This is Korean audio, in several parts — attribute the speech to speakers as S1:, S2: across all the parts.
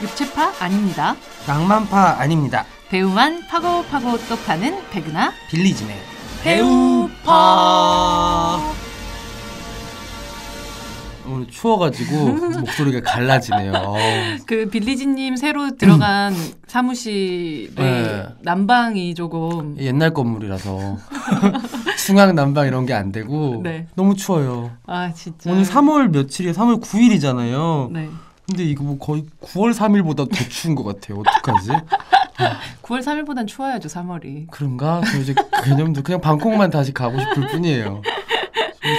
S1: 교체파 아닙니다.
S2: 낭만파 아닙니다.
S1: 배우만 파고파고 똑하는 백은하.
S2: 빌리진의
S1: 배우파.
S2: 오늘 추워가지고 목소리가 갈라지네요.
S1: 그 빌리진님 새로 들어간 사무실에
S2: 네.
S1: 난방이 조금
S2: 옛날 건물이라서 중앙 난방 이런 게 안 되고
S1: 네.
S2: 너무 추워요.
S1: 아 진짜
S2: 오늘 3월 며칠이에요? 3월 9일이잖아요.
S1: 네.
S2: 근데 이거 뭐 거의 9월 3일보다 더 추운 것 같아요. 어떡하지?
S1: 9월 3일보단 추워야죠 3월이.
S2: 그런가? 저 이제 개념도 그냥 방콕만 다시 가고 싶을 뿐이에요.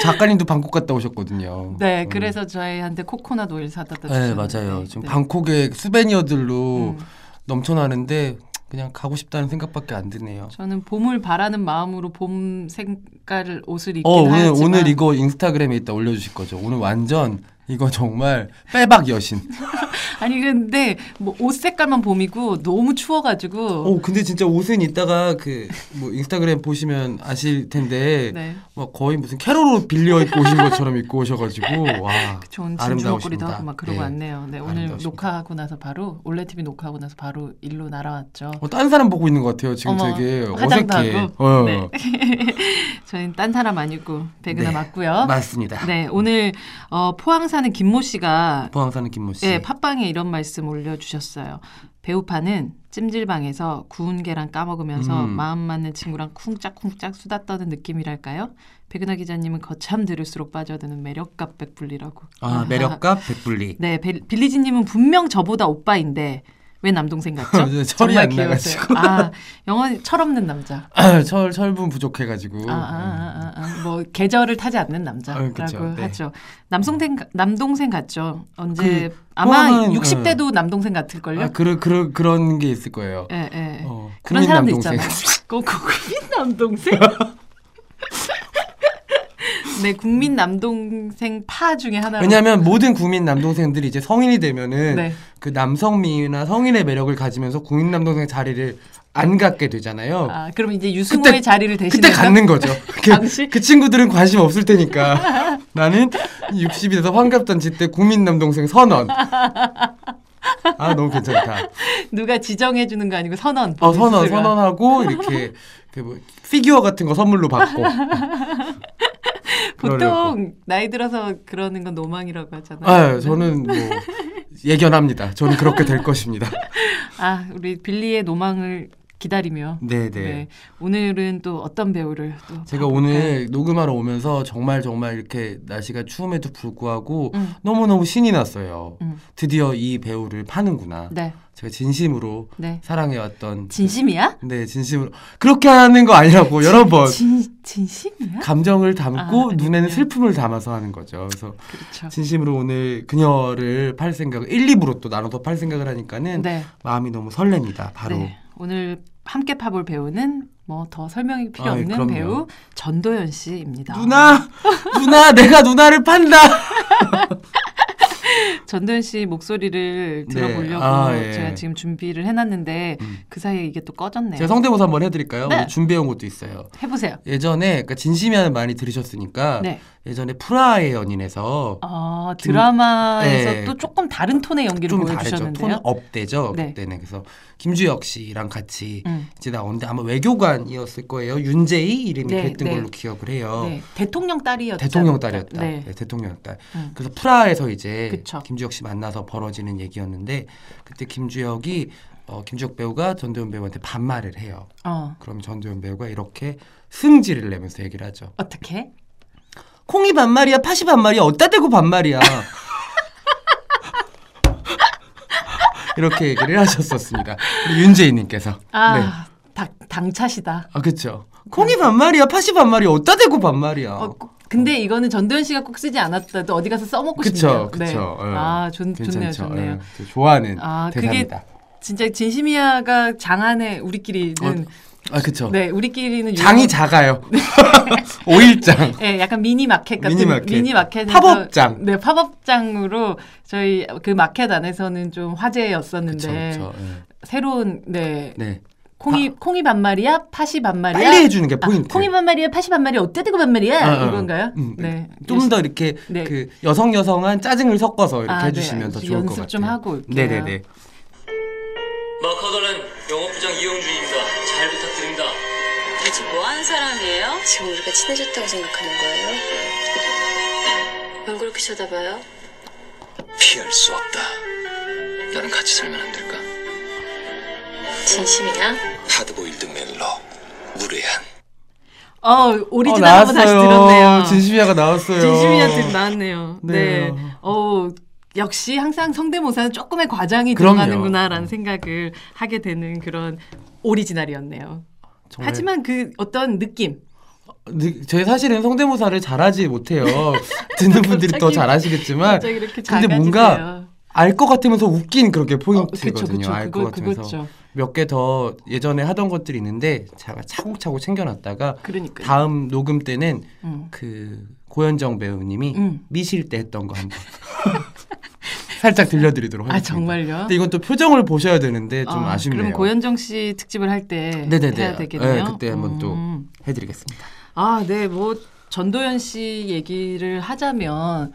S2: 작가님도 방콕 갔다 오셨거든요.
S1: 네,
S2: 음.
S1: 그래서 저희한테 코코넛 오일 사다
S2: 네
S1: 주셨는데.
S2: 맞아요. 지금
S1: 네.
S2: 방콕의 수베니어들로
S1: 음.
S2: 넘쳐나는데 그냥 가고 싶다는 생각밖에 안 드네요.
S1: 저는 봄을 바라는 마음으로 봄 색깔 옷을 입긴
S2: 어 오늘
S1: 하였지만
S2: 오늘 이거 인스타그램에 있다 올려주실 거죠? 오늘 완전 이거 정말 빼박 여신.
S1: 아니 근데 뭐 옷 색깔만 봄이고 너무 추워가지고
S2: 어 근데 진짜 옷은 이따가 그 뭐 인스타그램 보시면 아실 텐데
S1: 네
S2: 막 거의 무슨 캐롤로 빌려 입고 오신 것처럼 입고 오셔가지고 와
S1: 좋은 진주목걸이도
S2: 아름다우십니다.
S1: 하고 막 그러고
S2: 네.
S1: 왔네요. 네 오늘
S2: 아름다우십니다.
S1: 녹화하고 나서 바로 올레 TV 녹화하고 나서 바로 일로 날아왔죠.
S2: 어, 딴 사람 보고 있는 것 같아요. 지금
S1: 어머,
S2: 되게
S1: 화장도
S2: 어색해.
S1: 하고.
S2: 어.
S1: 네. 저희는 딴 사람 아니고 백은하
S2: 네,
S1: 맞고요.
S2: 맞습니다.
S1: 네 오늘 어, 포항 사는 김모 씨가
S2: 포항 사는 김모 씨.
S1: 예, 팟빵에 이런 말씀 올려주셨어요. 배우파는 찜질방에서 구운 계란 까먹으면서
S2: 음.
S1: 마음 맞는 친구랑 쿵짝쿵짝 수다 떠는 느낌이랄까요? 백은하 기자님은 거참 들을수록 빠져드는 매력값 백불리라고.
S2: 아 매력과 백불리.
S1: 네, 벨- 빌리지님은 분명 저보다 오빠인데 왜 남동생 같죠?
S2: 네, 철이 안 나가지고.
S1: 아, 영원히 철없는 남자.
S2: 아, 철 철분 부족해가지고.
S1: 아, 아, 아, 아, 아, 뭐 계절을 타지 않는 남자라고
S2: 음, 아, 그쵸, 네.
S1: 하죠. 남동생 가- 남동생 같죠. 언제 아마
S2: 그 포함하는,
S1: 60대도 남동생 같을 걸요.
S2: 음. 아, 그런 그런 그런 게 있을 거예요.
S1: 예, 예.
S2: 어,
S1: 그런
S2: 국민
S1: 사람도
S2: 남동생.
S1: 있잖아요. 그 국민 남동생? 네, 국민 남동생 파 중에 하나로.
S2: 왜냐하면 모든 국민 남동생들이 이제 성인이 되면은
S1: 네.
S2: 그 남성미나 성인의 매력을 가지면서 국민 남동생 자리를 안 갖게 되잖아요.
S1: 아, 그럼 이제 유승호의
S2: 어. 그때-
S1: 자리를 대신해서
S2: 그때 갖는 거죠.
S1: 당시?
S2: 그, 그 친구들은 관심 없을 테니까 나는 60이 돼서 환갑잔치 때 국민 남동생 선언. 아 너무 괜찮다.
S1: 누가 지정해 주는 거 아니고 선언.
S2: 어 선언
S1: 스스로가.
S2: 선언하고 이렇게 그뭐 피규어 같은 거 선물로 받고. 그러려고.
S1: 보통 나이 들어서 그러는 건 노망이라고 하잖아요.
S2: 아, 저는 뭐 예견합니다. 저는 그렇게 될 것입니다.
S1: 아, 우리 빌리의 노망을 기다리며.
S2: 네, 아.
S1: 네.
S2: 네.
S1: 오늘은 또 어떤 배우를 또
S2: 제가
S1: 네.
S2: 오늘 녹음하러 오면서 정말 정말 이렇게 날씨가 추움에도 불구하고
S1: 음.
S2: 너무너무 신이 났어요.
S1: 음.
S2: 드디어 이 배우를 파는구나.
S1: 네.
S2: 제가 진심으로
S1: 네.
S2: 사랑해왔던
S1: 진심이야?
S2: 네, 진심으로 그렇게 하는 거 아니라고 여러 번
S1: 진 진심이야?
S2: 감정을 담고
S1: 아, 네.
S2: 눈에는 슬픔을 담아서 하는 거죠. 그래서
S1: 그렇죠.
S2: 진심으로 오늘 그녀를 팔 생각, 1, 2부로 또 나눠서 팔 생각을 하니까는
S1: 네.
S2: 마음이 너무 설렙니다. 바로
S1: 네. 오늘 함께 파볼 배우는 뭐 더 설명이 필요
S2: 아,
S1: 없는
S2: 그럼요.
S1: 배우 전도연 씨입니다.
S2: 누나, 누나, 내가 누나를 판다.
S1: 전도연 씨 목소리를
S2: 네.
S1: 들어보려고
S2: 아, 예.
S1: 제가 지금 준비를 해놨는데
S2: 음.
S1: 그 사이에 이게 또 꺼졌네요.
S2: 제가 성대모사 한번 해드릴까요?
S1: 네.
S2: 오늘 준비해온 것도 있어요.
S1: 해보세요.
S2: 예전에 그러니까 진심이면 많이 들으셨으니까
S1: 네.
S2: 예전에 프라의 연인에서
S1: 어,
S2: 김-
S1: 드라마에서
S2: 네.
S1: 또 조금 다른 톤의 연기를
S2: 좀 다르죠.
S1: 보여주셨는데요.
S2: 톤 어, 업되죠.
S1: 네.
S2: 그때는 그래서 김주혁 씨랑 같이
S1: 음.
S2: 이제 나오는데 아마 외교관이었을 거예요. 윤재희 이름이
S1: 네,
S2: 그랬던
S1: 네.
S2: 걸로 기억을 해요.
S1: 네. 대통령 딸이었죠.
S2: 어. 대통령 딸이었다.
S1: 네.
S2: 네, 대통령 딸.
S1: 음.
S2: 그래서 프라하에서 이제
S1: 그쵸.
S2: 김주혁 씨 만나서 벌어지는 얘기였는데 그때 김주혁이 어, 김주혁 배우가 전도연 배우한테 반말을 해요.
S1: 어.
S2: 그럼 전도연 배우가 이렇게 승질을 내면서 얘기를 하죠.
S1: 어떻게?
S2: 콩이 반말이야, 팥이 반말이야, 어디다 대고 반말이야. 이렇게 얘기를 하셨었습니다. 우리 윤재희님께서. 네.
S1: 아, 당- 당차시다.
S2: 아, 그쵸. 콩이 반말이야, 팥이 반말이야, 어디다 대고 반말이야.
S1: 어, 꼭- 근데 이거는 전도연 씨가 꼭 쓰지 않았다도 어디 가서 써먹고 싶네요.
S2: 그쵸, 그쵸. 예.
S1: 아, 좋, 좋네요,
S2: 괜찮죠.
S1: 좋네요.
S2: 예, 저 좋아하는
S1: 아, 그게-
S2: 대사입니다.
S1: 진짜 진심이야가 장안에 우리끼리는
S2: 아, 그쵸.
S1: 네 우리끼리는
S2: 장이
S1: 유명-
S2: 작아요. 오일장.
S1: 네, 약간 미니 마켓 같은
S2: 미니마켓.
S1: 미니마켓에서-
S2: 팝업장.
S1: 네 팝업장으로 저희 그 마켓 안에서는 좀 화제였었는데
S2: 그쵸, 그쵸. 예.
S1: 새로운 네
S2: 네.
S1: 콩이 콩이 반말이야 팥이 반말이야
S2: 빨리 해주는 게 포인트.
S1: 아, 콩이 반말이야 팥이 반말이야 어때 되고 반말이야
S2: 어, 어.
S1: 이건가요?
S2: 음,
S1: 네
S2: 좀 더 이렇게
S1: 네.
S2: 그 여성 여성한 짜증을 섞어서 이렇게
S1: 아, 네,
S2: 해주시면 더
S1: 알겠습니다.
S2: 좋을 것 같아요.
S1: 연습 좀 하고 올게요.
S2: 네네네.
S3: 마카다는 영업부장 이영준입니다. 잘 부탁드립니다.
S4: 대체 뭐 하는 사람이에요?
S5: 지금 우리가 친해졌다고 생각하는 거예요? 왜 그렇게 쳐다봐요?
S3: 피할 수 없다. 나랑 같이 살면 안 될까?
S5: 진심이야?
S3: 하드보일드 멜로 무례한.
S1: 어 오리지널 한번 다시 들었네요.
S2: 진심이야가 나왔어요.
S1: 진심이한테 나왔네요. 네.
S2: 네.
S1: 어 역시 항상 성대모사는 조금의 과장이
S2: 그럼요.
S1: 들어가는구나라는 생각을 하게 되는 그런 오리지널이었네요.
S2: 정말
S1: 하지만 그 어떤 느낌.
S2: 느- 저희 사실은 성대모사를 잘하지 못해요. 듣는 분들이 더
S1: 갑자기-
S2: 잘하시겠지만
S1: 갑자기 이렇게
S2: 근데
S1: 작아지세요.
S2: 뭔가 알 것 같으면서 웃긴 그렇게
S1: 어, 그쵸
S2: 포인트거든요.
S1: 그쵸
S2: 알
S1: 그거
S2: 것 같으면서
S1: 그거죠.
S2: 몇 개 더 예전에 하던 것들이 있는데 제가 차곡차곡 챙겨놨다가
S1: 그러니까. 요
S2: 다음 녹음 때는
S1: 음.
S2: 그 고현정 배우님이
S1: 음.
S2: 미실 때 했던 거 한번 살짝 들려드리도록
S1: 아
S2: 하겠습니다.
S1: 정말요?
S2: 근데 이건 또 표정을 보셔야 되는데 좀
S1: 아,
S2: 아, 쉽네요
S1: 그럼 고현정 씨 특집을 할 때
S2: 네네네.
S1: 해야 되겠네요.
S2: 네, 그때 한번 또.
S1: 음.
S2: 해드리겠습니다.
S1: 아, 네, 뭐 전도연 씨 얘기를 하자면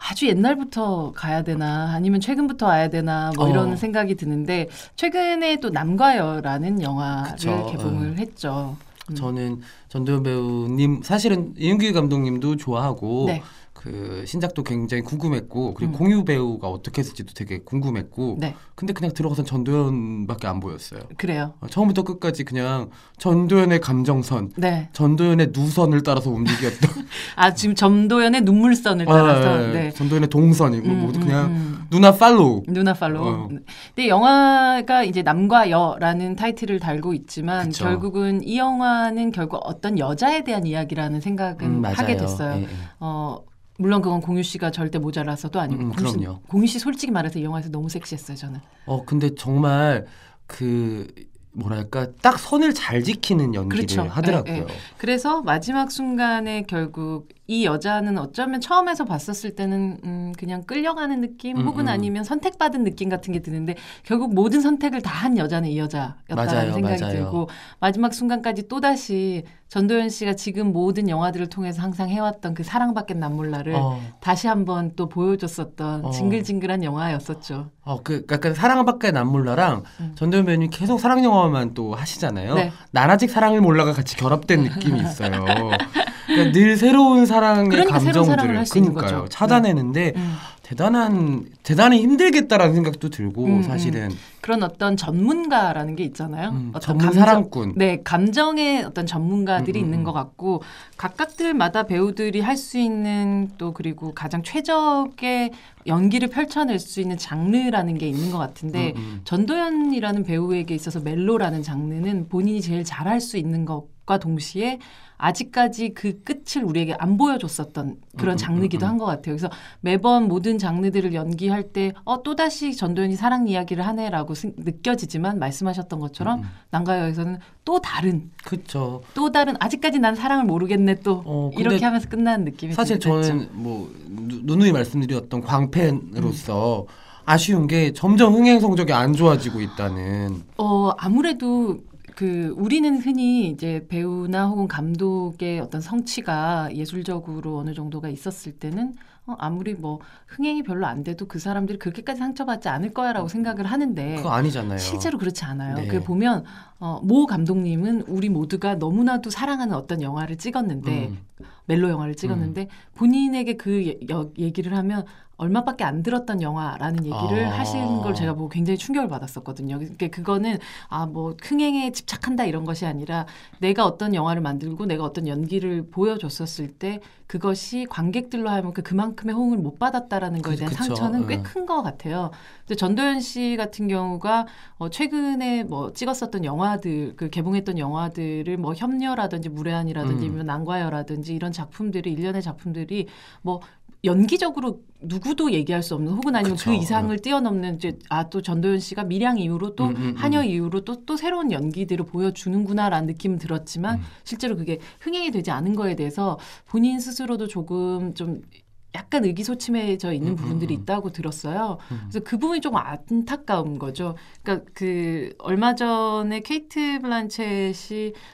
S1: 아주 옛날부터 가야 되나 아니면 최근부터 와야 되나 뭐
S2: 어.
S1: 이런 생각이 드는데 최근에 또 남과여라는 영화를
S2: 그쵸,
S1: 개봉을 했죠. 음.
S2: 저는 전도연 배우님 사실은 이은규 감독님도 좋아하고
S1: 네,
S2: 그 신작도 굉장히 궁금했고 그리고
S1: 음.
S2: 공유 배우가 어떻게 했을지도 되게 궁금했고
S1: 네,
S2: 근데 그냥 들어가서 전도연밖에 안 보였어요.
S1: 그래요.
S2: 어, 처음부터 끝까지 그냥 전도연의 감정선,
S1: 네,
S2: 전도연의 누선을 따라서 움직였던
S1: 아 지금 전도연의 눈물선을 따라서
S2: 아, 예, 예.
S1: 네,
S2: 전도연의 동선이고
S1: 음,
S2: 뭐 모두
S1: 음,
S2: 그냥
S1: 음.
S2: 누나 팔로우.
S1: 누나 팔로우.
S2: 어.
S1: 근데 영화가 이제 남과 여라는 타이틀을 달고 있지만
S2: 그쵸.
S1: 결국은 이 영화는 결국 어떤 여자에 대한 이야기라는 생각은
S2: 음, 맞아요.
S1: 하게 됐어요.
S2: 예, 예.
S1: 어 물론 그건 공유 씨가 절대 모자라서도 아니고
S2: 음,
S1: 공유, 씨,
S2: 그럼요.
S1: 공유 씨 솔직히 말해서 이 영화에서 너무 섹시했어요 저는.
S2: 어 근데 정말 그 뭐랄까 딱 선을 잘 지키는 연기를
S1: 그렇죠.
S2: 하더라고요.
S1: 예, 예. 그래서 마지막 순간에 결국 이 여자는 어쩌면 처음에서 봤었을 때는 음, 그냥 끌려가는 느낌
S2: 음,
S1: 혹은
S2: 음.
S1: 아니면 선택받은 느낌 같은 게 드는데 결국 모든 선택을 다 한 여자는 이 여자였다는
S2: 맞아요,
S1: 생각이
S2: 맞아요.
S1: 들고 마지막 순간까지 또 다시 전도연 씨가 지금 모든 영화들을 통해서 항상 해왔던 그 사랑밖엔 난 몰라를
S2: 어,
S1: 다시 한번 또 보여줬었던
S2: 어.
S1: 징글징글한 영화였었죠.
S2: 어, 그 약간 사랑밖에 난 몰라랑
S1: 음.
S2: 전도연 배우님 계속 사랑 영화만 또 하시잖아요.
S1: 네.
S2: 난 아직 사랑을 몰라가 같이 결합된 느낌이 있어요. 그러니까 늘 새로운 사랑의
S1: 그러니까 새로운
S2: 감정들을
S1: 사랑을 할수 있는
S2: 그러니까요.
S1: 거죠. 네.
S2: 찾아내는데
S1: 음.
S2: 대단한 대단히 힘들겠다라는 생각도 들고
S1: 음, 음.
S2: 사실은
S1: 그런 어떤 전문가라는 게 있잖아요.
S2: 음,
S1: 어떤
S2: 전문
S1: 감정-
S2: 사랑꾼.
S1: 네, 감정의 어떤 전문가들이
S2: 음, 음,
S1: 있는
S2: 음.
S1: 것 같고 각각들마다 배우들이 할 수 있는 또 그리고 가장 최적의 연기를 펼쳐낼 수 있는 장르라는 게 있는 것 같은데
S2: 음, 음.
S1: 전도연이라는 배우에게 있어서 멜로라는 장르는 본인이 제일 잘할 수 있는 것과 동시에 아직까지 그 끝을 우리에게 안 보여줬었던
S2: 음,
S1: 그런
S2: 음,
S1: 장르기도
S2: 음,
S1: 한 것 같아요. 그래서 매번 모든 장르들을 연기할 때 어, 또다시 전도연이 사랑 이야기를 하네라고 스- 느껴지지만 말씀하셨던 것처럼
S2: 음, 음.
S1: 난가요에서는 또 다른
S2: 그쵸.
S1: 또 다른 아직까지 난 사랑을 모르겠네 또
S2: 어, 근데
S1: 이렇게 하면서 끝나는 느낌이
S2: 사실
S1: 들긴 했죠.
S2: 저는 뭐 누- 누누이 말씀드렸던 광팬으로서 아쉬운 게 점점 흥행 성적이 안 좋아지고 있다는
S1: 어 아무래도 그 우리는 흔히 이제 배우나 혹은 감독의 어떤 성취가 예술적으로 어느 정도가 있었을 때는 어, 아무리 뭐 흥행이 별로 안 돼도 그 사람들이 그렇게까지 상처받지 않을 거야라고 생각을 하는데
S2: 그거
S1: 네.
S2: 아니잖아요.
S1: 실제로 그렇지 않아요.
S2: 네.
S1: 그 보면 어, 모 감독님은 우리 모두가 너무나도 사랑하는 어떤 영화를 찍었는데
S2: 음.
S1: 멜로 영화를 찍었는데 본인에게 그 예- 여- 얘기를 하면 얼마밖에 안 들었던 영화라는 얘기를
S2: 아.
S1: 하시는 걸 제가 보고 굉장히 충격을 받았었거든요. 그러니까 그거는 아 뭐 흥행에 집착한다 이런 것이 아니라 내가 어떤 영화를 만들고 내가 어떤 연기를 보여줬었을 때 그것이 관객들로 하여금 그 그만큼의 호응을 못 받았다라는 거에
S2: 그-
S1: 대한
S2: 그쵸.
S1: 상처는
S2: 예.
S1: 꽤 큰 것 같아요. 근데 전도연 씨 같은 경우가 어, 최근에 뭐 찍었었던 영화들, 그 개봉했던 영화들을 뭐 협녀라든지 무례한이라든지
S2: 음.
S1: 아니면 난과여라든지 이런 작품들이 일련의 작품들이 뭐 연기적으로 누구도 얘기할 수 없는 혹은 아니면 그
S2: 그쵸. 네.
S1: 이상을 뛰어넘는 이제 아 또 전도연 씨가 밀양 이후로 또
S2: 음, 음, 음.
S1: 한여 이후로 또 또 새로운 연기들을 보여주는구나라는 느낌은 들었지만
S2: 음.
S1: 실제로 그게 흥행이 되지 않은 거에 대해서 본인 스스로도 조금 좀 약간 의기소침해져 있는
S2: 음, 음,
S1: 부분들이
S2: 음.
S1: 있다고 들었어요.
S2: 음.
S1: 그래서 그 부분이 조금 안타까운 거죠. 그러니까 그 얼마 전에 케이트 블란쳇이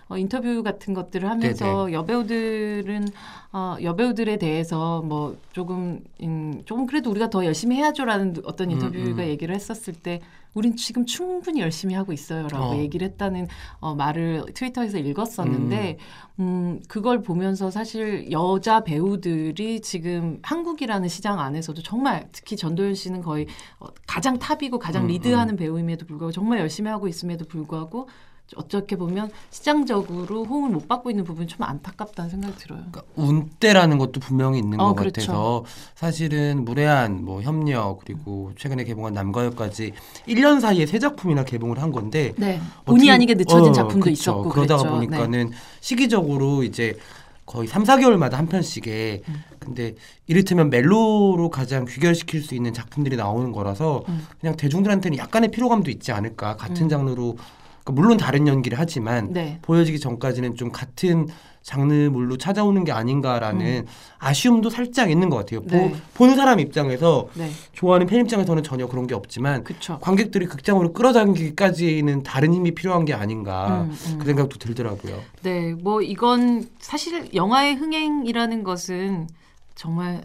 S1: 어, 인터뷰 같은 것들을 하면서 여배우들은 어, 여배우들에 대해서 뭐 조금 음, 조금 그래도 우리가 더 열심히 해야죠라는 어떤
S2: 음,
S1: 인터뷰가
S2: 음.
S1: 얘기를 했었을 때 우린 지금 충분히 열심히 하고 있어요라고
S2: 어.
S1: 얘기를 했다는 어, 말을 트위터에서 읽었었는데 음, 그걸 보면서 사실 여자 배우들이 지금 한국이라는 시장 안에서도 정말 특히 전도연 씨는 거의 어, 가장 탑이고 가장
S2: 음,
S1: 리드하는 배우임에도 불구하고 정말 열심히 하고 있음에도 불구하고 어떻게 보면 시장적으로 호응을 못 받고 있는 부분이 좀 안타깝다는 생각이 들어요.
S2: 그러니까 운대라는 것도 분명히 있는
S1: 어,
S2: 것
S1: 그렇죠.
S2: 같아서 사실은 무례한 뭐 협력 그리고 최근에 개봉한 남과여까지 1년 사이에 세 작품이나 개봉을 한 건데
S1: 네. 본의
S2: 어떻게-
S1: 아니게 늦춰진
S2: 어,
S1: 작품도
S2: 그쵸.
S1: 있었고
S2: 그러다가
S1: 그랬죠. 네.
S2: 보니까는 시기적으로 이제 거의 3, 4개월마다 한 편씩에
S1: 음.
S2: 근데 이를테면 멜로로 가장 귀결시킬 수 있는 작품들이 나오는 거라서
S1: 음.
S2: 그냥 대중들한테는 약간의 피로감도 있지 않을까 같은
S1: 음.
S2: 장르로 그러니까 물론 다른 연기를 하지만
S1: 네.
S2: 보여지기 전까지는 좀 같은 장르물로 찾아오는 게 아닌가라는 아쉬움도 살짝 있는 것 같아요.
S1: 음. 네.
S2: 보, 보는 사람 입장에서
S1: 네.
S2: 좋아하는 팬 입장에서는 전혀 그런 게 없지만
S1: 그렇죠.
S2: 관객들이 극장으로 끌어당기기까지는 다른 힘이 필요한 게 아닌가
S1: 음, 음.
S2: 그 생각도 들더라고요.
S1: 네, 뭐 이건 사실 영화의 흥행이라는 것은 정말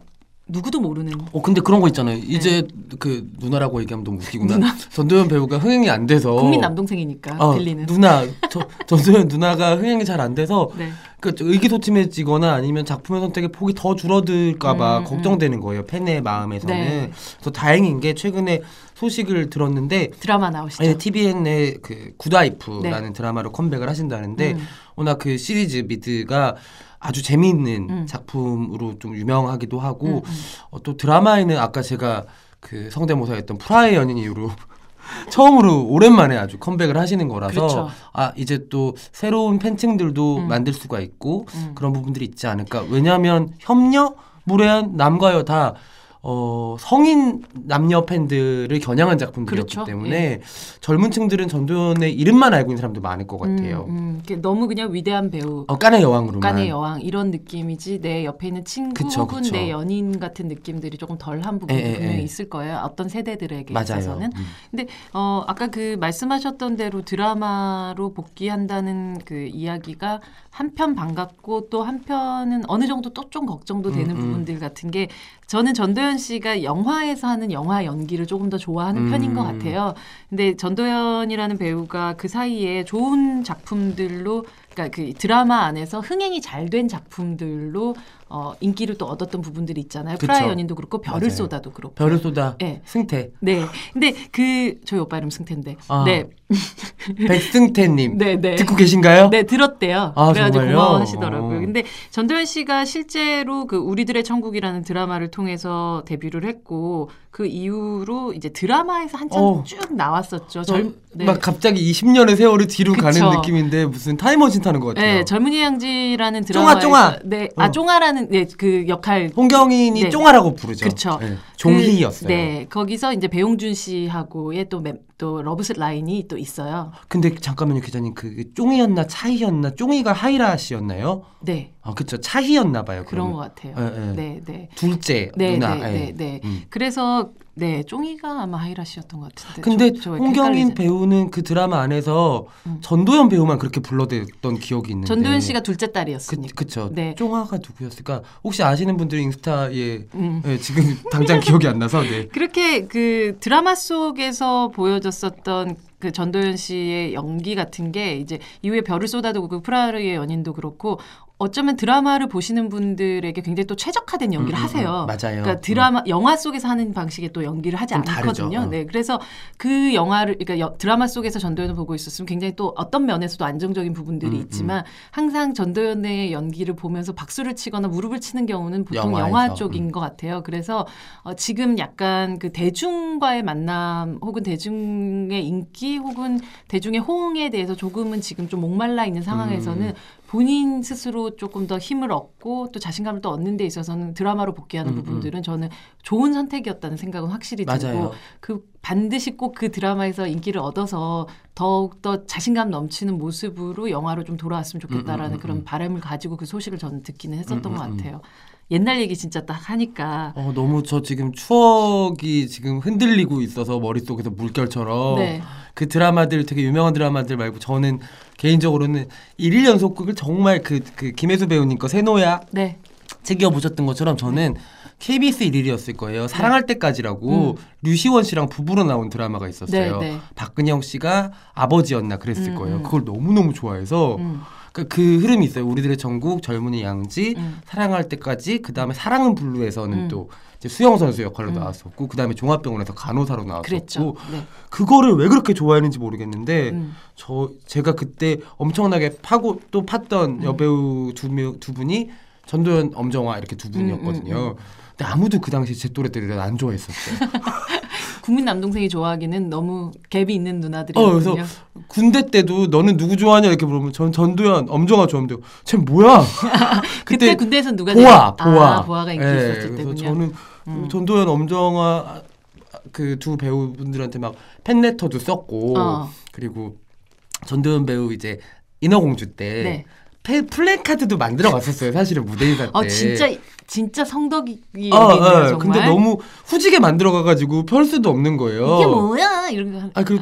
S1: 누구도 모르는
S2: 어 근데 그런 거 있잖아요.
S1: 네.
S2: 이제 그 누나라고 얘기하면 너무 웃기구나. 전도연 배우가 흥행이 안 돼서
S1: 국민 남동생이니까
S2: 어,
S1: 빌리는.
S2: 누나 저, 전도연 누나가 흥행이 잘 안 돼서
S1: 네,
S2: 그 의기소침해지거나 아니면 작품의 선택의 폭이 더 줄어들까봐
S1: 음, 음.
S2: 걱정되는 거예요 팬의 마음에서는
S1: 네.
S2: 그래서 다행인 게 최근에 소식을 들었는데
S1: 드라마 나오시죠. 네.
S2: 네, TVN의 그 굿와이프라는 드라마로 컴백을 하신다는데
S1: 음.
S2: 워낙 그 시리즈 미드가 아주 재미있는
S1: 음.
S2: 작품으로 좀 유명하기도 하고
S1: 음, 음.
S2: 어, 또 드라마에는 아까 제가 그 성대모사했던 프라의 연인 이후로 처음으로 오랜만에 아주 컴백을 하시는 거라서
S1: 그렇죠.
S2: 아 이제 또 새로운 팬층들도
S1: 음.
S2: 만들 수가 있고
S1: 음.
S2: 그런 부분들이 있지 않을까 왜냐하면 협력 무례한 남과여 다 어, 성인 남녀 팬들을 겨냥한 작품들이었기
S1: 그렇죠.
S2: 때문에 젊은 층들은 전도연의 이름만 알고 있는 사람도 많을 것 같아요.
S1: 음, 음. 이게 너무 그냥 위대한 배우.
S2: 어, 깐의 여왕으로만.
S1: 간의 여왕 이런 느낌이지 내 옆에 있는 친구
S2: 그쵸,
S1: 혹은
S2: 그쵸.
S1: 내 연인 같은 느낌들이 조금 덜한 부분이
S2: 예, 예,
S1: 분명히
S2: 예.
S1: 있을 거예요. 어떤 세대들에게
S2: 맞아요.
S1: 있어서는
S2: 음.
S1: 근데 어 아까 그 말씀하셨던 대로 드라마로 복귀한다는 그 이야기가 한편 반갑고 또 한편은 어느 정도 또 좀 걱정도 되는
S2: 음, 음.
S1: 부분들 같은 게 저는 전도연 씨가 영화에서 하는 영화 연기를 조금 더 좋아하는
S2: 음.
S1: 편인 것 같아요. 근데 전도연이라는 배우가 그 사이에 좋은 작품들로 그러니까 그 드라마 안에서 흥행이 잘 된 작품들로 어 인기를 또 얻었던 부분들이 있잖아요.
S2: 그쵸.
S1: 프라이 연인도 그렇고 별을
S2: 맞아요.
S1: 쏟아도 그렇고.
S2: 별을 쏟아.
S1: 예.
S2: 승태.
S1: 네. 근데 그 저희 오빠 이름 승태인데.
S2: 아.
S1: 네.
S2: 백승태님.
S1: 네, 네.
S2: 듣고 계신가요?
S1: 네, 들었대요.
S2: 아,
S1: 그래가지고
S2: 정말요?
S1: 고마워하시더라고요.
S2: 어.
S1: 근데 전도연 씨가 실제로 그 우리들의 천국이라는 드라마를 통해서 데뷔를 했고 그 이후로 이제 드라마에서 한참
S2: 어.
S1: 쭉 나왔었죠.
S2: 저-
S1: 젊, 네.
S2: 막 갑자기 20년의 세월을 뒤로
S1: 그쵸.
S2: 가는 느낌인데 무슨 타임머신 타는 것그 같아요.
S1: 네, 젊은이 양지라는 드라마.
S2: 쫑아, 쫑아.
S1: 네, 아
S2: 어.
S1: 쫑아라는 네, 그 역할.
S2: 홍경인이
S1: 네.
S2: 쫑아라고 부르죠.
S1: 그쵸.
S2: 네, 종희였어요.
S1: 그, 네, 거기서 이제 배용준 씨하고의 또, 맴- 또 러브스 라인이 또 있어요.
S2: 근데 잠깐만요, 기자님. 그 쫑이였나 차이였나 쫑이가 하이라 씨였나요?
S1: 네,
S2: 아, 그쵸. 차이였나 봐요.
S1: 그런
S2: 그러면.
S1: 것 같아요.
S2: 예, 예.
S1: 네, 네.
S2: 둘째
S1: 네,
S2: 누나.
S1: 네,
S2: 예.
S1: 네, 네.
S2: 음.
S1: 그래서 네, 쫑이가 아마 하이라 씨였던 것 같은데.
S2: 근데
S1: 네, 저- 저 이렇게
S2: 홍경인
S1: 헷갈리지.
S2: 배우는 그 드라마 안에서
S1: 음.
S2: 전도연 배우만 그렇게 불러댔던 기억이 있는데.
S1: 전도연 씨가 둘째
S2: 그,
S1: 딸이었으니까.
S2: 그쵸.
S1: 네.
S2: 쫑아가 누구였을까? 혹시 아시는 분들이 인스타에
S1: 음.
S2: 예, 지금 당장 기억이 안 나서 네.
S1: 그렇게 그 드라마 속에서 보여졌었던 그 전도연 씨의 연기 같은 게 이제 이후에 별을 쏟아도 그렇고 프라르의 연인도 그렇고 어쩌면 드라마를 보시는 분들에게 굉장히 또 최적화된 연기를
S2: 음, 음,
S1: 하세요.
S2: 음, 맞아요.
S1: 그러니까 드라마 영화 속에서 하는 방식의 또 연기를 하지
S2: 좀 다르죠.
S1: 않거든요.
S2: 어.
S1: 네, 그래서 그 영화를 그러니까 여- 드라마 속에서 전도연을 보고 있었으면 굉장히 또 어떤 면에서도 안정적인 부분들이
S2: 음,
S1: 있지만 항상 전도연의 연기를 보면서 박수를 치거나 무릎을 치는 경우는 보통
S2: 영화에서.
S1: 영화
S2: 음.
S1: 쪽인 것 같아요. 그래서 어, 지금 약간 그 대중과의 만남 혹은 대중의 인기 혹은 대중의 호응에 대해서 조금은 지금 좀 목말라 있는 상황에서는
S2: 음.
S1: 본인 스스로 조금 더 힘을 얻고 또 자신감을 또 얻는 데 있어서는 드라마로 복귀하는
S2: 음, 음.
S1: 그 부분들은 저는 좋은 선택이었다는 생각은 확실히
S2: 맞아요.
S1: 들고 그 반드시 꼭 그 드라마에서 인기를 얻어서 더욱 더 자신감 넘치는 모습으로 영화로 좀 돌아왔으면 좋겠다라는
S2: 음, 음, 음,
S1: 그런
S2: 음.
S1: 바람을 가지고 그 소식을 저는 듣기는 했었던
S2: 음, 음,
S1: 것
S2: 음.
S1: 같아요. 옛날 얘기 진짜 딱 하니까
S2: 어, 너무 저 지금 추억이 지금 흔들리고 있어서 머릿속에서 물결처럼
S1: 네.
S2: 그 드라마들 되게 유명한 드라마들 말고 저는 개인적으로는 일일 연속극을 정말 그, 그 김혜수 배우님 거 세노야
S1: 네.
S2: 챙겨보셨던 것처럼 저는 KBS 일일이었을 거예요. 사랑할 때까지라고 류시원 씨랑 부부로 나온 드라마가 있었어요.
S1: 음. 네, 네.
S2: 박근영 씨가 아버지였나 그랬을
S1: 음,
S2: 거예요.
S1: 음.
S2: 그걸 너무너무 좋아해서
S1: 음,
S2: 그, 그 흐름이 있어요. 우리들의 전국 젊은이 양지
S1: 음.
S2: 사랑할 때까지 그 다음에 사랑은 블루에서는
S1: 음.
S2: 또 이제 수영 선수 역할로
S1: 음.
S2: 나왔었고 그 다음에 종합병원에서 간호사로 나왔었고
S1: 그랬죠. 네.
S2: 거를왜 그렇게 좋아했는지 모르겠는데
S1: 음,
S2: 저 제가 그때 엄청나게 파고 또
S1: 음.
S2: 팠던 여배우 두, 명- 두 분이 전도연, 엄정화 이렇게 두 분이었거든요.
S1: 음, 음,
S2: 근데 아무도 그 당시 제 또래들이 안 좋아했었어요.
S1: 국민 남동생이 좋아하기는 너무 갭이 있는 누나들이요.
S2: 어, 그래서 군대 때도 너는 누구 좋아하냐 이렇게 물으면 전 전도연, 엄정화 좋아하는데 쟤 뭐야?
S1: 그때, 군대에서 누가
S2: 보아,
S1: 제일-
S2: 보아,
S1: 아, 보아가 인기
S2: 예,
S1: 있었을
S2: 그래서
S1: 때군요. 음.
S2: 저는 전도연, 엄정화 그 두 배우분들한테 막 팬레터도 썼고
S1: 어.
S2: 그리고 전도연 배우 이제 인어공주 때
S1: 네.
S2: 팬- 플래카드도 만들어 갔었어요. 사실은 무대 인사 때.
S1: 어 진짜 진짜 성덕이
S2: 네. 어,
S1: 얘기네요
S2: 어,
S1: 정말.
S2: 근데 너무 후지게 만들어 가가지고 펼 수도 없는 거예요.
S1: 이게 뭐야 이런 거. 하-
S2: 어. 아, 그리고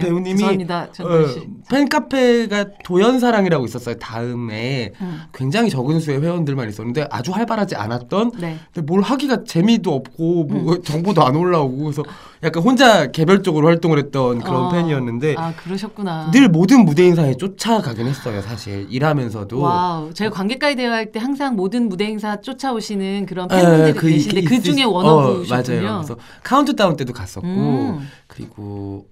S1: 죄송해요.
S2: 배우님이-
S1: 죄송합니다 전도연 씨.
S2: 어, 팬카페가 도연사랑이라고 있었어요. 다음에
S1: 음,
S2: 굉장히 적은 수의 회원들만 있었는데 아주 활발하지 않았던
S1: 네.
S2: 근데 뭘 하기가 재미도 없고 뭐
S1: 음.
S2: 정보도 안 올라오고 그래서 약간 혼자 개별적으로 활동을 했던 그런
S1: 어,
S2: 팬이었는데
S1: 아 그러셨구나.
S2: 늘 모든 무대 행사에 쫓아가긴 했어요 사실 일하면서도
S1: 와우, 제가 관객과의 대화할 때 항상 모든 무대 행사 쫓아오시는 그런
S2: 예,
S1: 팬분들이
S2: 그
S1: 계신데
S2: 있-
S1: 그
S2: 있-
S1: 중에
S2: 어,
S1: 원어브셨군요.
S2: 맞아요. 그래서 카운트다운 때도 갔었고
S1: 음.
S2: 그리고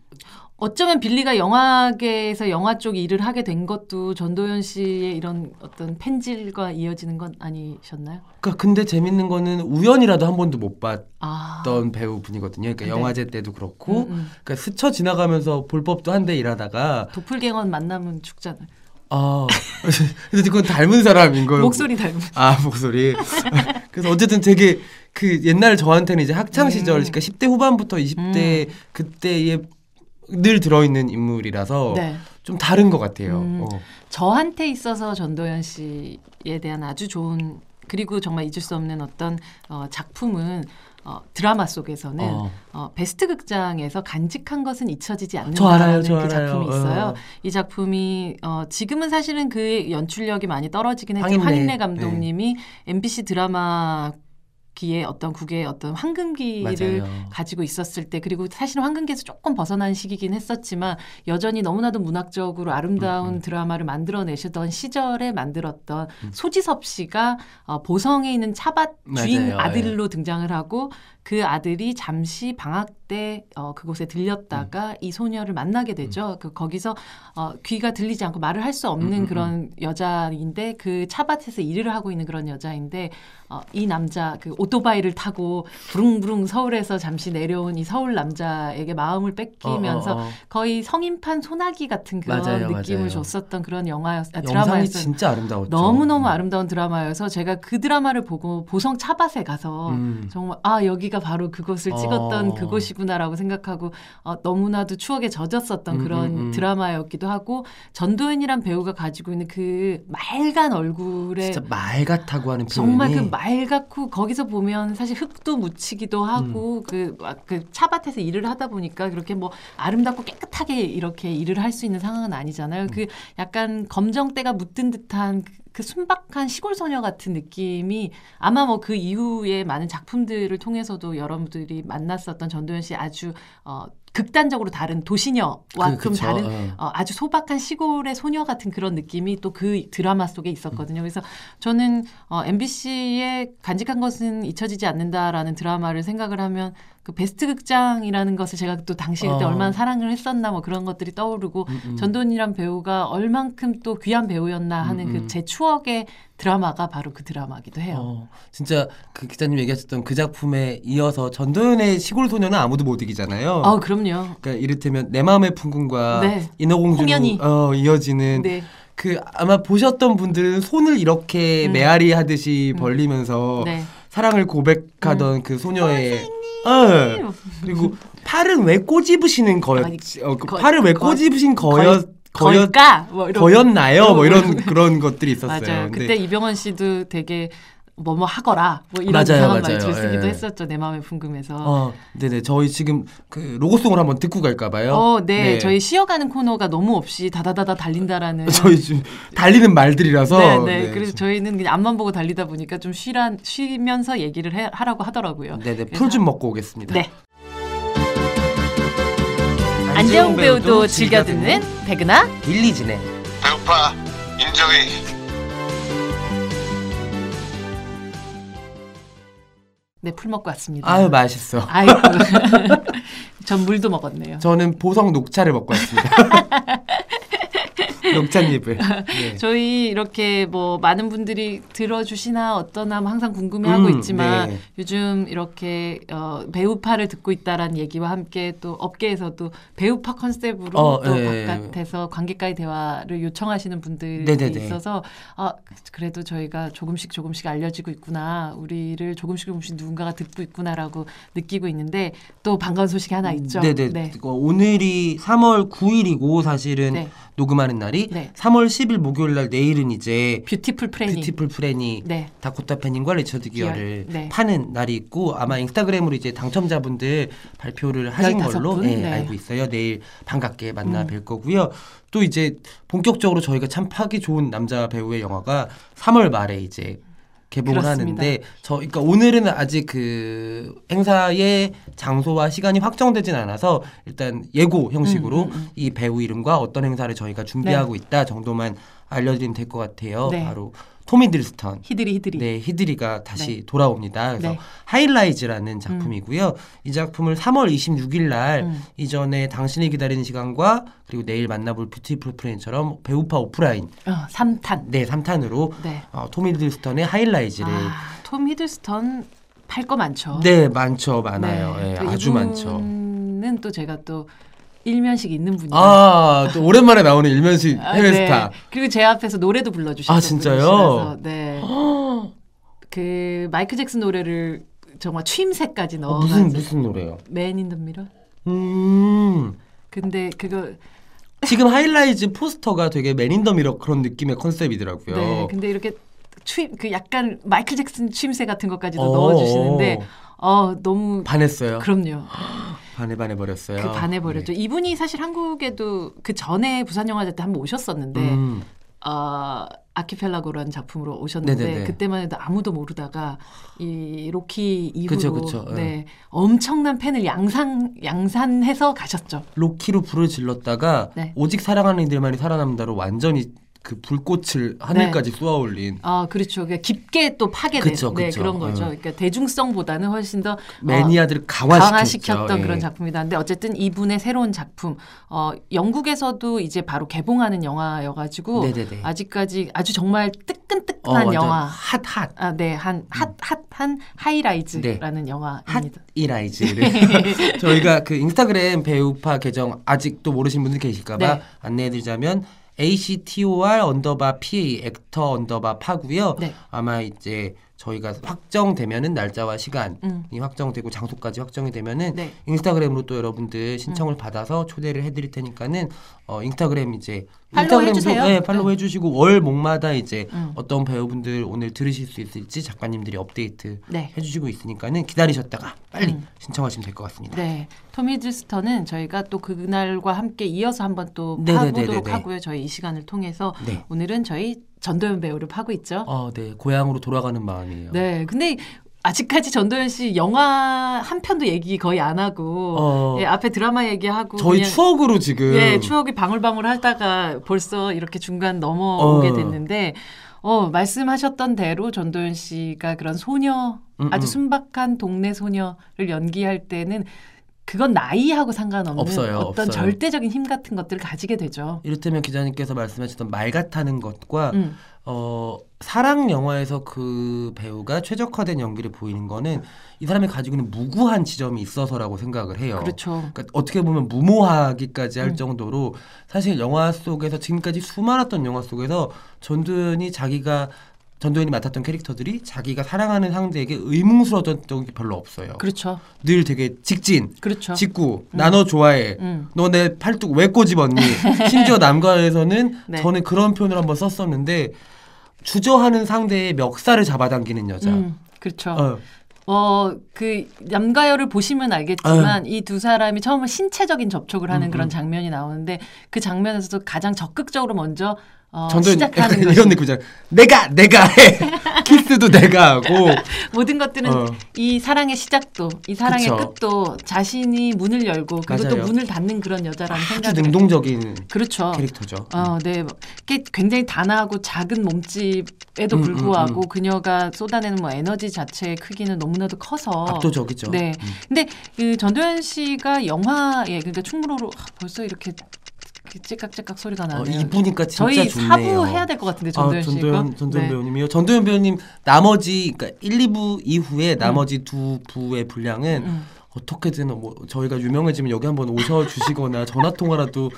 S1: 어쩌면 빌리가 영화계에서 영화 쪽 일을 하게 된 것도 전도연 씨의 이런 어떤 팬질과 이어지는 건 아니셨나요?
S2: 그러니까 근데 재밌는 거는 우연이라도 한 번도 못 봤던
S1: 아,
S2: 배우분이거든요. 그러니까
S1: 네.
S2: 영화제 때도 그렇고
S1: 음, 음.
S2: 그러니까 스쳐 지나가면서 볼 법도 한데 일하다가
S1: 도플갱원 만나면 죽잖아요.
S2: 아 근데 그건 닮은 사람인 거예요.
S1: 목소리 닮은.
S2: 아 목소리. 그래서 어쨌든 되게 그 옛날 저한테는 이제 학창 시절,
S1: 음.
S2: 그러니까 10대 후반부터 20대 그때에 늘 들어있는 인물이라서
S1: 네.
S2: 좀 다른 것 같아요.
S1: 음.
S2: 어.
S1: 저한테 있어서 전도연 씨에 대한 아주 좋은 그리고 정말 잊을 수 없는 어떤 어, 작품은 어, 드라마 속에서는
S2: 어.
S1: 어, 베스트 극장에서 간직한 것은 잊혀지지 않는다는
S2: 저 알아요, 저
S1: 그
S2: 알아요.
S1: 작품이
S2: 어.
S1: 있어요. 이 작품이 어, 지금은 사실은 그의 연출력이 많이 떨어지긴 했지만
S2: 황인래.
S1: 황인래 감독님이
S2: 네.
S1: MBC 드라마 기의 어떤 국의 어떤 황금기를
S2: 맞아요.
S1: 가지고 있었을 때 그리고 사실은 황금기에서 조금 벗어난 시기긴 했었지만 여전히 너무나도 문학적으로
S2: 음,
S1: 아름다운 드라마를 만들어내시던 시절에 만들었던 소지섭 씨가 어, 보성에 있는 차밭 주인
S2: 맞아요. 예.
S1: 아들로 등장을 하고 그 아들이 잠시 방학 때 어, 그곳에
S2: 음.
S1: 들렸다가 이 소녀를 만나게 되죠. 그 거기서 어, 귀가 들리지 않고 말을 할 수 없는
S2: 음, 음,
S1: 그런 여자인데 그 차밭에서 일을 하고 있는 그런 여자인데 어, 이 남자 그 오토바이를 타고 부릉부릉 서울에서 잠시 내려온 이 서울 남자에게 마음을 뺏기면서
S2: 어, 어, 어.
S1: 거의 성인판 소나기 같은 그런
S2: 맞아요,
S1: 느낌을
S2: 맞아요.
S1: 줬었던 그런 영화였 아,
S2: 영상이
S1: 드라마였어요.
S2: 진짜 음. 아름다웠죠.
S1: 너무 너무 아름다운 드라마여서 제가 그 드라마를 보고 보성 차밭에 가서
S2: 음.
S1: 정말 아 여기가 바로 그것을
S2: 어.
S1: 찍었던 그곳이구나라고 생각하고 어, 너무나도 추억에 젖었었던
S2: 음,
S1: 그런
S2: 음, 음.
S1: 드라마였기도 하고 전도연이란 배우가 가지고 있는 그 맑은 얼굴에
S2: 진짜 말 같다고 하는 표현이
S1: 정말 그 말 같고 거기서 보면 사실 흙도 묻히기도
S2: 음.
S1: 하고 그 막 그 차밭에서 일을 하다 보니까 그렇게 뭐 아름답고 깨끗하게 이렇게 일을 할 수 있는 상황은 아니잖아요.
S2: 음.
S1: 그 약간 검정대가 묻든 듯한 그- 그 순박한 시골 소녀 같은 느낌이 아마 뭐 그 이후에 많은 작품들을 통해서도 여러분들이 만났었던 전도연 씨 아주 어 극단적으로 다른 도시녀와
S2: 그-
S1: 좀
S2: 그쵸.
S1: 다른
S2: 어.
S1: 어, 아주 소박한 시골의 소녀 같은 그런 느낌이 또 그 드라마 속에 있었거든요. 그래서 저는 어, MBC의 간직한 것은 잊혀지지 않는다라는 드라마를 생각을 하면 그 베스트 극장이라는 것을 제가 또 당시에 그때
S2: 어.
S1: 얼마나 사랑을 했었나 뭐 그런 것들이 떠오르고
S2: 음, 음.
S1: 전돈이란 배우가 얼만큼 또 귀한 배우였나 하는
S2: 음, 음.
S1: 그 제 추억의 드라마가 바로 그 드라마기도 해요.
S2: 어, 진짜 그 기자님 얘기하셨던 그 작품에 이어서 전도연의 시골 소녀는 아무도 못 이기잖아요.
S1: 아 그럼요.
S2: 그러니까 이를테면 내 마음의 풍금과
S1: 네.
S2: 인어공주로
S1: 홍연이.
S2: 어, 이어지는
S1: 네.
S2: 그 아마 보셨던 분들은 손을 이렇게
S1: 음.
S2: 메아리 하듯이 벌리면서
S1: 네. 음.
S2: 사랑을 고백하던 그 소녀의 어, 그리고 팔은 왜 꼬집으시는 거
S1: 아니,
S2: 어, 그
S1: 거-
S2: 팔을 왜
S1: 거-
S2: 꼬집으신 거였 거였
S1: 걸까? 뭐 이런.
S2: 거였나요? 뭐
S1: 이런-
S2: 이런 그런 것들이 있었어요.
S1: 맞아요.
S2: 근데
S1: 그때 이병헌 씨도 되게 뭐뭐 하거라 뭐 이런
S2: 맞아요,
S1: 이상한
S2: 맞아요.
S1: 말들 쓰기도
S2: 예.
S1: 했었죠. 내 마음에 궁금해서.
S2: 어, 네네. 저희 지금 그 로고송을 한번 듣고 갈까봐요.
S1: 어, 네. 저희 쉬어가는 코너가 너무 없이 다다다다 달린다라는.
S2: 저희 지금 달리는 말들이라서.
S1: 네, 네, 그래서
S2: 저-
S1: 저희는 그냥 앞만 보고 달리다 보니까 좀 쉬라, 쉬면서 얘기를 해, 하라고 하더라고요.
S2: 네네.
S1: 그래서-
S2: 풀 좀 먹고 오겠습니다.
S1: 네. 안재홍 배우도 즐겨 듣는 백은하
S2: 빌리지네.
S6: 배고파 인정해
S1: 네, 풀 먹고 왔습니다.
S2: 아유 맛있어.
S1: 아이고. 전 물도 먹었네요.
S2: 저는 보성 녹차를 먹고 왔습니다. 녹차잎을. 네.
S1: 저희 이렇게 뭐 많은 분들이 들어주시나 어떠나 뭐 항상 궁금해하고
S2: 음,
S1: 있지만
S2: 네.
S1: 요즘 이렇게 어, 배우파를 듣고 있다라는 얘기와 함께 또 업계에서도 배우파 컨셉으로
S2: 어,
S1: 또
S2: 예.
S1: 바깥에서 관객과의 대화를 요청하시는 분들이
S2: 네네네.
S1: 있어서 아 그래도 저희가 조금씩 조금씩 알려지고 있구나 우리를 조금씩 조금씩 누군가가 듣고 있구나라고 느끼고 있는데 또 반가운 소식이 하나 있죠.
S2: 음, 네네. 그거 오늘이 3월 9일이고 사실은
S1: 네.
S2: 녹음하는 날이
S1: 네.
S2: 3월 10일 목요일 날 내일은 이제
S1: 뷰티풀 프레닝.
S2: 뷰티풀 프레니
S1: 네.
S2: 다코타 패닝과 리처드 기어를
S1: 기어, 네.
S2: 파는 날이 있고 아마 인스타그램으로 이제 당첨자분들 발표를 하신
S1: 15
S2: 걸로
S1: 분?
S2: 예,
S1: 네. 음.
S2: 알고 있어요. 내일 반갑게 만나 뵐 거고요. 또 이제 본격적으로 저희가 참 파기 좋은 남자 배우의 영화가 3월 말에 이제 개봉을
S1: 그렇습니다.
S2: 하는데 저 그러니까 오늘은 아직 그 행사의 장소와 시간이 확정되진 않아서 일단 예고 형식으로
S1: 음,
S2: 이 배우 이름과 어떤 행사를 저희가 준비하고 있다 정도만 알려드리면 될 것 같아요.
S1: 네.
S2: 바로 토미 딜스턴
S1: 히드리 히드리.
S2: 네, 히드리가 다시 돌아옵니다. 그래서
S1: 네. 음.
S2: 하이라이즈라는 작품이고요. 이 작품을 3월 26일 날
S1: 음.
S2: 이전에 당신이 기다리는 시간과 그리고 내일 만나볼 뷰티풀 프렌처럼 배우파 오프라인
S1: 어, 3탄.
S2: 네 3탄으로
S1: 네.
S2: 어, 토미 딜스턴의 하이라이즈를
S1: 아, 톰 히들스턴 팔 거 많죠.
S2: 네 많죠 많아요.
S1: 네.
S2: 예,
S1: 또
S2: 아주 많죠.
S1: 이분은 또 제가 또 일면식 있는 분이에요.
S2: 아, 또 오랜만에 나오는 일면식
S1: 아,
S2: 해외
S1: 네.
S2: 스타.
S1: 그리고 제 앞에서 노래도 불러주셨어요.
S2: 아, 진짜요?
S1: 네. 그 마이크 잭슨 노래를 정말 추임새까지
S2: 어,
S1: 넣어가지고
S2: 무슨 무슨 노래요?
S1: 맨 인더 미러.
S2: 음.
S1: 근데 그거
S2: 지금 하이라이즈 포스터가 되게 맨인더 미러 그런 느낌의 컨셉이더라고요.
S1: 네. 근데 이렇게 추임 그 약간 마이클 잭슨 추임새 같은 것까지도
S2: 어.
S1: 넣어주시는데 어 너무
S2: 반했어요.
S1: 그럼요.
S2: 반에 반해 버렸어요. 네.
S1: 그 반해버렸죠. 이분이 사실 한국에도 그 전에 부산영화제 때 한 번 오셨었는데
S2: 음.
S1: 어, 아키펠라고라는 작품으로 오셨는데
S2: 네네네.
S1: 그때만 해도 아무도 모르다가 이 로키 이후로
S2: 그쵸, 그쵸. 예.
S1: 네, 엄청난 팬을 양상 양산해서 가셨죠.
S2: 로키로 불을 질렀다가
S1: 네.
S2: 오직 사랑하는 이들만이 살아남는다로 완전히 그 불꽃을 하늘까지 쏘아올린
S1: 아 그렇죠. 그러니까 깊게 또 파괴된
S2: 그쵸,
S1: 네,
S2: 그쵸.
S1: 그런 거죠.
S2: 어.
S1: 그러니까 대중성보다는 훨씬 더 어,
S2: 매니아들을 강화시켰죠.
S1: 강화시켰던
S2: 예.
S1: 그런 작품이다. 근데 어쨌든 이분의 새로운 작품, 어, 영국에서도 이제 바로 개봉하는 영화여가지고
S2: 네네네.
S1: 아직까지 아주 정말
S2: 어, 음.
S1: 뜨끈뜨끈한
S2: 완전
S1: 영화.
S2: 핫 핫.
S1: 아, 네, 한 핫 핫한 하이라이즈라는
S2: 네.
S1: 영화입니다. 네.
S2: 핫이라이즈를 저희가 그 인스타그램 배우파 계정 아직도 모르신 분들 계실까봐
S1: 네.
S2: 안내해드리자면 ACTOR 언더바 PA 액터 언더바 파고요.
S1: 네.
S2: 아마 이제 저희가 확정되면은 날짜와 시간이
S1: 음.
S2: 확정되고 장소까지 확정이 되면은
S1: 네. 음.
S2: 인스타그램으로 또 여러분들 신청을 받아서 초대를 해드릴 테니까는 어, 인스타그램 이제
S1: 팔로우
S2: 인스타그램도-
S1: 해주세요.
S2: 네, 팔로우
S1: 네.
S2: 해주시고 월 목마다 이제
S1: 음.
S2: 어떤 배우분들 오늘 들으실 수 있을지 작가님들이 업데이트
S1: 네.
S2: 해주시고 있으니까는 기다리셨다가 빨리
S1: 음.
S2: 신청하시면 될 것 같습니다.
S1: 네, 톰 히들스턴은 저희가 또 그날과 함께 이어서 한번 또
S2: 네네네네네.
S1: 파보도록 하고요. 저희 이 시간을 통해서
S2: 네.
S1: 오늘은 저희 전도연 배우를 파고 있죠.
S2: 어, 네 고향으로 돌아가는 마음이에요.
S1: 네, 근데 아직까지 전도연 씨 영화 한 편도 얘기 거의 안 하고
S2: 어.
S1: 예, 앞에 드라마 얘기하고
S2: 저희
S1: 그냥-
S2: 추억으로 지금
S1: 예, 추억이 방울방울 하다가 벌써 이렇게 중간 넘어오게
S2: 어.
S1: 됐는데 어, 말씀하셨던 대로 전도연 씨가 그런 소녀
S2: 음,
S1: 아주
S2: 음.
S1: 순박한 동네 소녀를 연기할 때는 그건 나이하고 상관없는
S2: 없어요,
S1: 어떤
S2: 없어요.
S1: 절대적인 힘 같은 것들을 가지게 되죠.
S2: 이를테면 기자님께서 말씀하셨던 말 같다는 것과
S1: 음.
S2: 어, 사랑 영화에서 그 배우가 최적화된 연기를 보이는 거는 이 사람이 가지고 있는 무구한 지점이 있어서라고 생각을 해요.
S1: 그렇죠.
S2: 그러니까 어떻게 보면 무모하기까지 할
S1: 음.
S2: 정도로 사실 영화 속에서 지금까지 수많았던 영화 속에서 전두현이 자기가 전두현이 맡았던 캐릭터들이 자기가 사랑하는 상대에게 의문스러웠던 적이 별로 없어요.
S1: 그렇죠.
S2: 늘 되게 직진,
S1: 그렇죠.
S2: 직구, 나너 좋아해.
S1: 음.
S2: 너 내 팔뚝 왜 꼬집었니? 심지어 남과에서는
S1: 네.
S2: 저는 그런 표현을 한번 썼었는데 주저하는 상대의 멱살을 잡아당기는 여자.
S1: 음, 그렇죠.
S2: 어.
S1: 어, 그 남가여를 보시면 알겠지만 이 두 사람이 처음에 신체적인 접촉을 하는
S2: 네. 음,
S1: 그런
S2: 음.
S1: 장면이 나오는데 그 장면에서도 가장 적극적으로 먼저 어,
S2: 전도
S1: 시작하는 것이
S2: 이런 느낌이잖아. 내가 내가 해. 키스도 내가 하고.
S1: 모든 것들은
S2: 어.
S1: 이 사랑의 시작도 이 사랑의
S2: 그쵸.
S1: 끝도 자신이 문을 열고 그리고 또
S2: 맞아요.
S1: 문을 닫는 그런 여자라는
S2: 아주
S1: 생각이
S2: 능동적인
S1: 그렇죠.
S2: 캐릭터죠.
S1: 어, 네. 이게 굉장히 단아하고 작은 몸집에도
S2: 음, 음,
S1: 불구하고 그녀가 쏟아내는 뭐 에너지 자체의 크기는 너무나도 커서
S2: 압도적이죠.
S1: 네.
S2: 음.
S1: 근데 그 전도연 씨가 영화에 그러니까 충무로로 아, 벌써 이렇게 이렇게 찌깍찌깍 소리가
S2: 어,
S1: 나네요.
S2: 이분이니까 진짜
S1: 저희
S2: 좋네요.
S1: 사부 해야 될 것 같은데 전도연
S2: 아,
S1: 씨가.
S2: 전도연, 전도연
S1: 네.
S2: 배우님이요. 전도연 배우님 나머지 그러니까 1, 2부 이후에 나머지 두 부의 분량은
S1: 음.
S2: 어떻게든 뭐 저희가 유명해지면 여기 한번 오셔 주시거나 전화 통화라도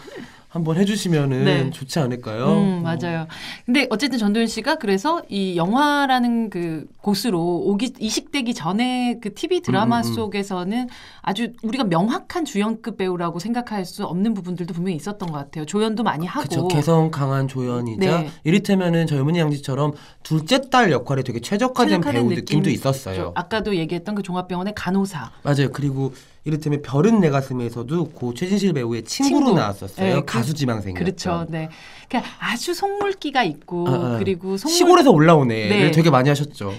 S2: 한번 해 주시면은
S1: 네.
S2: 좋지 않을까요?
S1: 음,
S2: 어.
S1: 맞아요. 근데 어쨌든 전도연 씨가 그래서 이 영화라는 그 곳으로 오기 이식되기 전에 그 TV 드라마
S2: 음, 음, 음.
S1: 속에서는 아주 우리가 명확한 주연급 배우라고 생각할 수 없는 부분들도 분명히 있었던 것 같아요. 조연도 많이 하고.
S2: 그쵸 개성 강한 조연이자
S1: 네.
S2: 이를테면은 젊은이 양지처럼 둘째 딸 역할에 되게 최적화된
S1: 생각하는
S2: 배우 느낌도
S1: 느낌.
S2: 있었어요.
S1: 아까도 얘기했던 그 종합병원의 간호사.
S2: 맞아요. 그리고 이를테면 별은 내 가슴에서도 고 최진실 배우의 친구로
S1: 친구.
S2: 나왔었어요.
S1: 네, 그-
S2: 가수 지망생이었죠.
S1: 그렇죠. 네. 그러니까 아주 속물기가 있고
S2: 아, 아.
S1: 그리고 속물
S2: 시골에서 올라오네를
S1: 네.
S2: 되게 많이 하셨죠.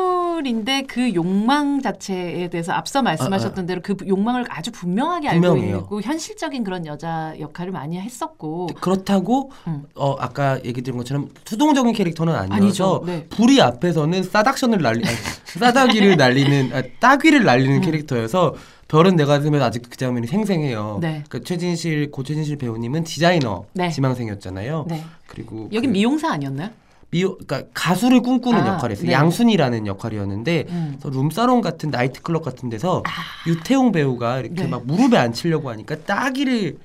S1: 속물인데 그 욕망 자체에 대해서 앞서 말씀하셨던 대로 그 욕망을 아주 분명하게 알고
S2: 아, 분명해요.
S1: 있고 현실적인 그런 여자 역할을 많이 했었고
S2: 그렇다고
S1: 음.
S2: 어 아까 얘기 드린 것처럼 수동적인 캐릭터는 아니어서
S1: 아니죠. 네.
S2: 불이 앞에서는 싸닥션을 날리 아니, 싸다귀를 날리는 아, 따귀를
S1: 음.
S2: 날리는 캐릭터여서 별은 내 가슴에 아직 그 장면이 생생해요.
S1: 네.
S2: 그 최진실 고 최진실 배우님은 디자이너
S1: 네.
S2: 지망생이었잖아요.
S1: 네.
S2: 그리고
S1: 여기
S2: 그
S1: 미용사 아니었나요?
S2: 미호, 그러니까 가수를 꿈꾸는
S1: 아,
S2: 역할했어요.
S1: 네.
S2: 양순이라는 역할이었는데
S1: 음. 아.
S2: 그래서 룸사롱 같은 나이트클럽 같은 데서 유태용 배우가 이렇게
S1: 네.
S2: 막 무릎에 앉히려고 하니까 따귀를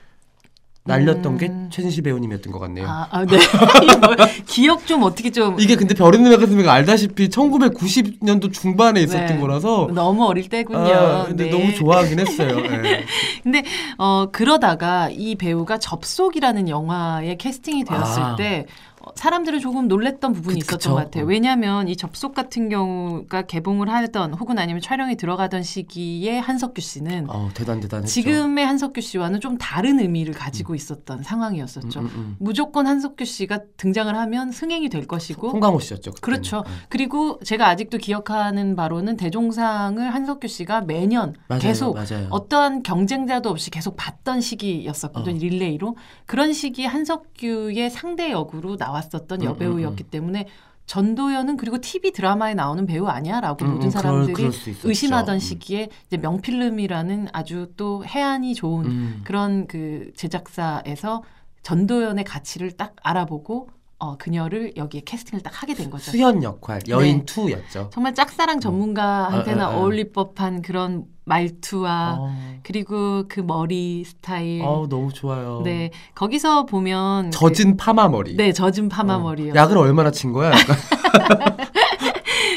S2: 날렸던
S1: 음.
S2: 게 최진실 배우님이었던 것 같네요.
S1: 아, 아 네. 이거 뭐, 기억 좀 어떻게 좀
S2: 이게 근데 별은 내가 스미가 알다시피 1990년도 중반에 있었던
S1: 네.
S2: 거라서
S1: 너무 어릴 때군요.
S2: 아, 근데
S1: 네.
S2: 너무 좋아하긴 했어요. 예.
S1: 근데 어 그러다가 이 배우가 접속이라는 영화에 캐스팅이 되었을
S2: 아.
S1: 때 어, 사람들은 조금 놀랬던 부분이
S2: 그-
S1: 있었던
S2: 그쵸.
S1: 것 같아요. 왜냐하면 이 접속 같은 경우가 개봉을 하던 혹은 아니면 촬영이 들어가던 시기에 한석규 씨는
S2: 어, 대단 대단했죠.
S1: 지금의 한석규 씨와는 좀 다른 의미를 가지고 있었던 상황이었었죠.
S2: 음, 음,
S1: 무조건 한석규 씨가 등장을 하면 승행이 될
S2: 음.
S1: 것이고
S2: 송강호 씨였죠. 그때는. 네.
S1: 그렇죠. 그리고 제가 아직도 기억하는 바로는 대종상을 한석규 씨가 매년
S2: 맞아요,
S1: 계속
S2: 맞아요.
S1: 어떠한 경쟁자도 없이 계속 봤던 시기였었거든요.
S2: 어.
S1: 릴레이로 그런 시기 한석규의 상대 역으로 나왔었던
S2: 음,
S1: 여배우였기 때문에 전도연은 그리고 TV 드라마에 나오는 배우 아니야라고
S2: 음, 음,
S1: 모든
S2: 그럴-
S1: 사람들이
S2: 그럴 수 있었죠.
S1: 의심하던
S2: 음.
S1: 시기에 이제 명필름이라는 아주 또 해안이 좋은
S2: 음.
S1: 그런 그 제작사에서 전도연의 가치를 딱 알아보고 어, 그녀를 여기에 캐스팅을 딱 하게 된 거죠.
S2: 수현 역할
S1: 네.
S2: 여인 투였죠
S1: 정말 짝사랑 전문가한테나
S2: 아, 아, 아.
S1: 어울릴 법한 그런 말투와
S2: 어.
S1: 그리고 그 머리 스타일.
S2: 어, 너무 좋아요.
S1: 예. 네 거기서 보면
S2: 젖은 파마
S1: 그,
S2: 머리.
S1: 네 젖은 파마
S2: 어.
S1: 머리요.
S2: 약을 얼마나 친 거야? 약간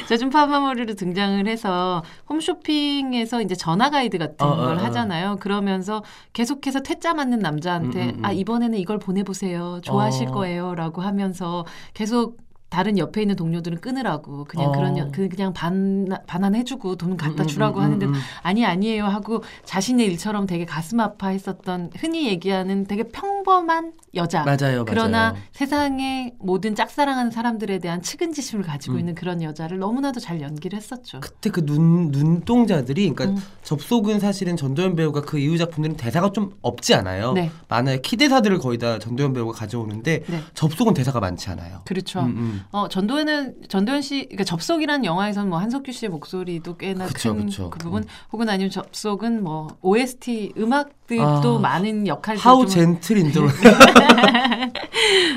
S1: 젖은 파마 머리로 등장을 해서 홈쇼핑에서 이제 전화 가이드 같은
S2: 어,
S1: 걸
S2: 어, 어.
S1: 하잖아요. 그러면서 계속해서 퇴짜 맞는 남자한테
S2: 음, 음, 음.
S1: 아 이번에는 이걸 보내보세요. 좋아하실
S2: 어.
S1: 거예요라고 하면서 계속. 다른 옆에 있는 동료들은 끊으라고 그냥
S2: 어.
S1: 그런 여- 그- 그냥 반 반환해주고 돈 갖다
S2: 음,
S1: 주라고
S2: 음, 음,
S1: 하는데
S2: 음.
S1: 아니 아니에요 하고 자신의 일처럼 되게 가슴 아파했었던 흔히 얘기하는 되게 평범한 여자
S2: 맞아요,
S1: 그러나
S2: 맞아요.
S1: 세상의 모든 짝사랑하는 사람들에 대한 측은지심을 가지고
S2: 음.
S1: 있는 그런 여자를 너무나도 잘 연기를 했었죠.
S2: 그때 그 눈 눈동자들이 그러니까
S1: 음.
S2: 접속은 사실은 전도연 배우가 그 이후 작품들은 대사가 좀 없지 않아요.
S1: 네.
S2: 많아요. 키 대사들을 거의 다 전도연 배우가 가져오는데
S1: 네.
S2: 접속은 대사가 많지 않아요.
S1: 그렇죠.
S2: 음, 음.
S1: 어 전도연은 전도연 씨 그러니까 접속이라는 영화에서는 뭐 한석규 씨의 목소리도 꽤나
S2: 그쵸,
S1: 큰
S2: 그쵸. 음.
S1: 그 부분 혹은 아니면 접속은 뭐 OST 음악들도
S2: 아,
S1: 많은 역할들
S2: 하우
S1: 좀
S2: 젠틀 인더로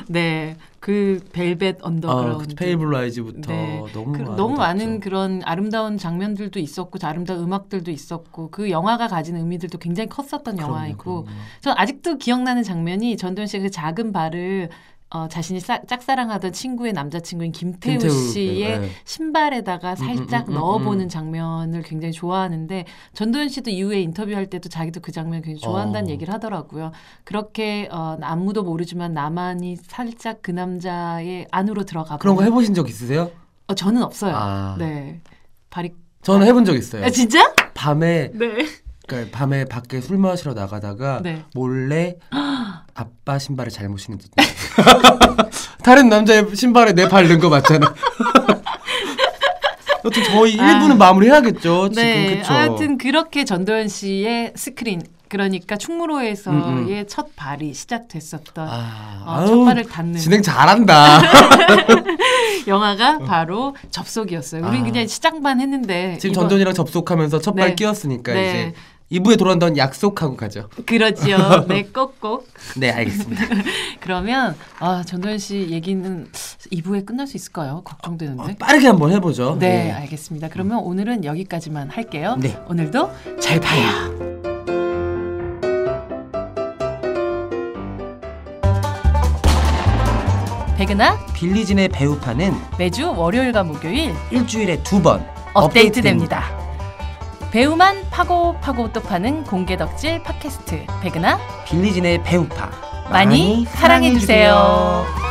S1: 네. 그 벨벳
S2: 아,
S1: 언더그라운드
S2: 페이블 라이즈부터
S1: 네.
S2: 너무
S1: 그,
S2: 많았죠.
S1: 너무 많은 그런 아름다운 장면들도 있었고 그 아름다운 음악들도 있었고 그 영화가 가진 의미들도 굉장히 컸었던 영화이고
S2: 그럼요, 그럼요.
S1: 전 아직도 기억나는 장면이 전도연 씨가 그 작은 발을 어, 자신이 싸- 짝사랑하던 친구의 남자친구인 김태우,
S2: 김태우
S1: 씨의
S2: 배우, 네.
S1: 신발에다가
S2: 음,
S1: 살짝
S2: 음, 음,
S1: 넣어보는
S2: 음.
S1: 장면을 굉장히 좋아하는데 전도연 씨도 이후에 인터뷰할 때도 자기도 그 장면 굉장히 좋아한다는
S2: 어.
S1: 얘기를 하더라고요. 그렇게 어, 안무도 모르지만 나만이 살짝 그 남자의 안으로 들어가
S2: 그런 거
S1: 보는-
S2: 해보신 적 있으세요?
S1: 어, 저는 없어요.
S2: 아. 네.
S1: 네. 발이
S2: 저는 해본 적 있어요.
S1: 아, 진짜?
S2: 밤에
S1: 네.
S2: 그러니까 밤에 밖에 술 마시러 나가다가
S1: 네.
S2: 몰래 아빠 신발을 잘못 신었던 적 있어요. 다른 남자의 신발에 내 발 넣은 거 맞잖아. 여튼 저희
S1: 아.
S2: 1부는 마무리해야겠죠. 지금
S1: 네.
S2: 그쵸?
S1: 하여튼 그렇게 전도연 씨의 스크린 그러니까 충무로에서의
S2: 음,
S1: 첫 발이 시작됐었던
S2: 아,
S1: 어,
S2: 아유,
S1: 첫 발을 닿는
S2: 진행 잘한다.
S1: 영화가 바로 접속이었어요. 우린
S2: 아.
S1: 그냥 시작만 했는데
S2: 지금
S1: 이번-
S2: 전전이랑 접속하면서 첫 발
S1: 네.
S2: 끼웠으니까
S1: 네.
S2: 이제 2부에 돌아온다는 약속하고 가죠.
S1: 그러지요. 네, 꼭꼭.
S2: 네, 알겠습니다.
S1: 그러면 아, 전도연 씨 얘기는 2부에 끝날 수 있을까요? 걱정되는데.
S2: 어, 빠르게 한번 해보죠.
S1: 네,
S2: 예.
S1: 알겠습니다. 그러면 오늘은 여기까지만 할게요.
S2: 네.
S1: 오늘도 잘 봐요.
S2: 네.
S1: 백은하
S2: 빌리진의 배우판은
S1: 매주 월요일과 목요일
S2: 일주일에 두 번
S1: 업데이트됩니다. 배우만 파고 파고 또 파는 공개 덕질 팟캐스트 백은하
S2: 빌리진의 배우파
S1: 많이 사랑해주세요.